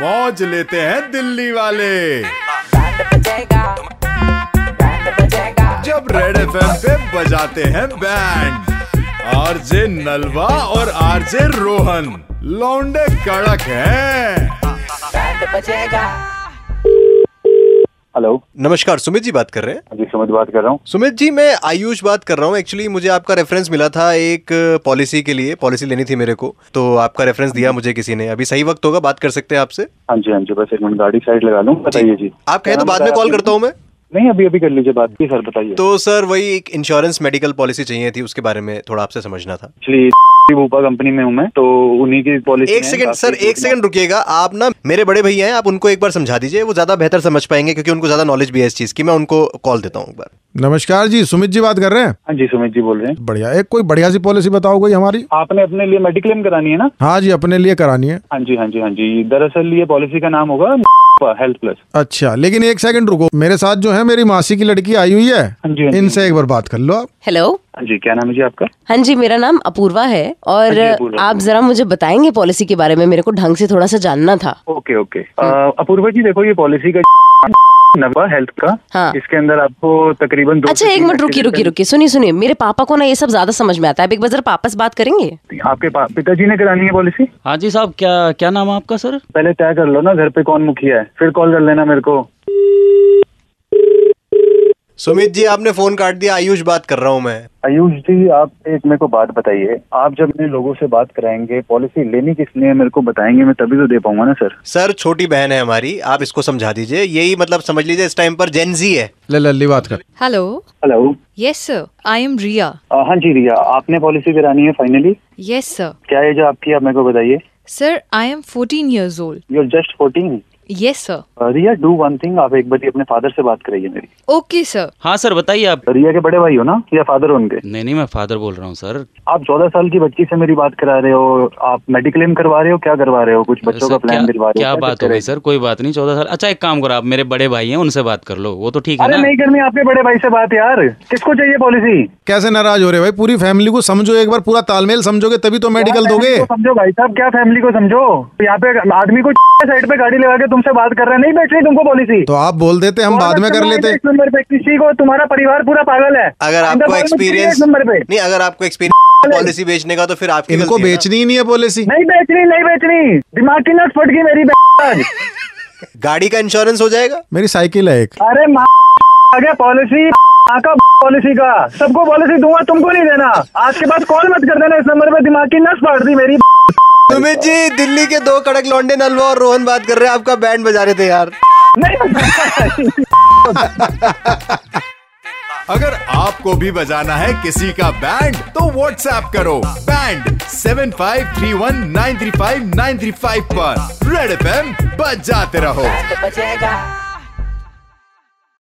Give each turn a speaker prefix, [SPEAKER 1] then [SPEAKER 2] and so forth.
[SPEAKER 1] मौज लेते हैं दिल्ली वाले जब रेड एफ पे बजाते हैं बैंड आरजे नलवा और आरजे रोहन लौंडे कड़क हैं
[SPEAKER 2] हेलो
[SPEAKER 3] नमस्कार सुमित जी बात कर रहे हैं
[SPEAKER 2] हाँ जी सुमित बात कर रहा हूँ
[SPEAKER 3] सुमित जी मैं आयुष बात कर रहा हूँ एक्चुअली मुझे आपका रेफरेंस मिला था एक पॉलिसी के लिए पॉलिसी लेनी थी मेरे को तो आपका रेफरेंस दिया मुझे किसी ने अभी सही वक्त होगा बात कर सकते हैं आपसे
[SPEAKER 2] हाँ जी हाँ जी बस एक मिनट गाड़ी साइड लगा लूँ बताइए जी
[SPEAKER 3] आप
[SPEAKER 2] क्या
[SPEAKER 3] कहें तो
[SPEAKER 2] नाम
[SPEAKER 3] बाद में
[SPEAKER 2] बताया
[SPEAKER 3] कॉल
[SPEAKER 2] आपने?
[SPEAKER 3] करता हूँ मैं
[SPEAKER 2] नहीं अभी अभी कर लीजिए बात जी सर बताइए
[SPEAKER 3] तो सर वही एक इंश्योरेंस मेडिकल पॉलिसी चाहिए थी उसके बारे में थोड़ा आपसे समझना था
[SPEAKER 2] एक्चुअली भूपा कंपनी में हूँ मैं तो उन्हीं की पॉलिसी
[SPEAKER 3] एक
[SPEAKER 2] है,
[SPEAKER 3] सेकंड
[SPEAKER 2] काफी
[SPEAKER 3] सर एक
[SPEAKER 2] कुछ-
[SPEAKER 3] सेकंड रुकिएगा आप ना मेरे बड़े भैया हैं आप उनको एक बार समझा दीजिए वो ज्यादा बेहतर समझ पाएंगे क्योंकि उनको ज्यादा नॉलेज भी है इस चीज की मैं उनको कॉल देता हूँ एक बार
[SPEAKER 4] नमस्कार जी सुमित जी बात कर रहे हैं
[SPEAKER 2] हाँ जी सुमित जी बोल रहे हैं
[SPEAKER 4] बढ़िया एक कोई बढ़िया सी पॉलिसी बताओ कोई हमारी
[SPEAKER 2] आपने अपने लिए मेडिक्लेम करानी है ना
[SPEAKER 4] हाँ जी अपने लिए करानी है
[SPEAKER 2] हाँ जी हाँ जी हाँ जी दरअसल ये पॉलिसी का नाम होगा हेल्थ प्लस
[SPEAKER 4] अच्छा लेकिन एक सेकंड रुको मेरे साथ जो है मेरी मासी की लड़की आई हुई
[SPEAKER 2] हाँ जी, हाँ
[SPEAKER 4] है
[SPEAKER 2] जी।
[SPEAKER 4] इनसे एक बार बात कर लो आप
[SPEAKER 5] हेलो
[SPEAKER 2] हाँ जी क्या नाम है जी आपका
[SPEAKER 5] हाँ जी मेरा नाम अपूर्वा है और
[SPEAKER 2] हाँ जी, अपूर्वा।
[SPEAKER 5] आप जरा मुझे बताएंगे पॉलिसी के बारे में मेरे को ढंग से थोड़ा सा जानना था
[SPEAKER 2] ओके ओके
[SPEAKER 3] हाँ।
[SPEAKER 2] अ, अपूर्वा जी देखो ये पॉलिसी का नवा हेल्थ का
[SPEAKER 5] हाँ।
[SPEAKER 2] इसके अंदर आपको तकरीबन दो
[SPEAKER 5] अच्छा
[SPEAKER 2] से
[SPEAKER 5] एक
[SPEAKER 2] तीन
[SPEAKER 5] मिनट रुकिए रुकिए
[SPEAKER 2] accident-
[SPEAKER 5] रुकिए सुनिए सुनिए मेरे पापा को ना ये सब ज्यादा समझ में आता है आप एक बार जरा पापा से बात करेंगे
[SPEAKER 2] आपके पा- पिताजी ने करानी है पॉलिसी
[SPEAKER 6] हाँ जी साहब क्या क्या नाम है आपका सर
[SPEAKER 2] पहले तय कर लो ना घर पे कौन मुखिया है फिर कॉल कर लेना मेरे को
[SPEAKER 3] सुमित जी आपने फोन काट दिया आयुष बात कर रहा हूँ मैं
[SPEAKER 2] आयुष जी आप एक मेरे को बात बताइए आप जब मेरे लोगों से बात कराएंगे पॉलिसी लेनी किस लिए है मेरे को बताएंगे मैं तभी तो दे पाऊंगा ना सर
[SPEAKER 3] सर छोटी बहन है हमारी आप इसको समझा दीजिए यही मतलब समझ लीजिए इस टाइम पर जेनजी है
[SPEAKER 4] ले लल्ली बात कर
[SPEAKER 7] hello
[SPEAKER 2] hello
[SPEAKER 7] yes sir I am Riya
[SPEAKER 2] हाँ जी रिया आपने पॉलिसी करानी है फाइनली
[SPEAKER 7] यस सर
[SPEAKER 2] क्या एज है आपकी आप मेरे को बताइए
[SPEAKER 7] sir I am fourteen years old
[SPEAKER 2] you are just fourteen
[SPEAKER 7] yes sir
[SPEAKER 2] Riya do one thing आप एक बार अपने फादर से बात कराइए मेरी
[SPEAKER 7] ओके सर
[SPEAKER 6] हाँ सर बताइए आप
[SPEAKER 2] रिया के बड़े भाई हो ना या फादर हो उनके
[SPEAKER 6] नहीं नहीं मैं फादर बोल रहा हूँ सर
[SPEAKER 2] आप चौदह साल की बच्ची से मेरी बात करा रहे हो आप मेडिक्लेम करवा रहे हो क्या करवा रहे हो कुछ बच्चों
[SPEAKER 6] सर,
[SPEAKER 2] का प्लान
[SPEAKER 6] क्या-
[SPEAKER 2] दिलवा रहे हो
[SPEAKER 6] क्या बात हो
[SPEAKER 2] चक्कर है?
[SPEAKER 6] गई सर कोई बात नहीं चौदह साल अच्छा एक काम करो आप मेरे बड़े भाई हैं उनसे बात कर लो वो तो ठीक है
[SPEAKER 2] अरे
[SPEAKER 6] ना
[SPEAKER 2] नहीं करनी आपके बड़े भाई से बात यार किसको चाहिए पॉलिसी
[SPEAKER 4] कैसे नाराज हो रहे भाई पूरी फैमिली को समझो एक बार पूरा तालमेल समझोगे तभी तो मेडिकल
[SPEAKER 2] यार,
[SPEAKER 4] दोगे
[SPEAKER 2] फैमिली को समझो भाई साहब क्या फैमिली को समझो यहाँ पे आदमी को साइड पे गाड़ी लगा के तुमसे बात कर रहे हैं नहीं बैठ रही तुमको पॉलिसी
[SPEAKER 4] तो आप बोल देते हम बाद में कर लेते
[SPEAKER 2] इस नंबर पे किसी को तुम्हारा परिवार पूरा पागल है
[SPEAKER 3] अगर
[SPEAKER 2] अंदर बाहर मत
[SPEAKER 3] आपको
[SPEAKER 2] करिए
[SPEAKER 3] एक्सपीरियंस
[SPEAKER 2] इस नंबर पे
[SPEAKER 3] नहीं अगर आपको एक्सपीरियंस पॉलिसी बेचने का तो फिर आपकी
[SPEAKER 4] इनको
[SPEAKER 3] गलती है ना।
[SPEAKER 4] बेचनी ही नहीं है पॉलिसी
[SPEAKER 2] नहीं बेचनी नहीं बेचनी दिमाग की नस फट गई मेरी आज।
[SPEAKER 3] गाड़ी का इंश्योरेंस हो जाएगा
[SPEAKER 4] मेरी साइकिल है एक
[SPEAKER 2] अरे माँ आ गया पॉलिसी माँ का पॉलिसी का सबको पॉलिसी दूंगा तुमको नहीं देना आज के बाद कॉल मत कर देना इस नंबर पे दिमाग की नस फाड़ दी मेरी
[SPEAKER 3] सुमित जी दिल्ली के दो कड़क लौंडे नलवा और रोहन बात कर रहे हैं आपका बैंड बजा रहे थे यार
[SPEAKER 2] नहीं
[SPEAKER 1] अगर आपको भी बजाना है किसी का बैंड तो WhatsApp करो बैंड 7531935935 पर रेड एफ बजाते रहो
[SPEAKER 5] बचेगा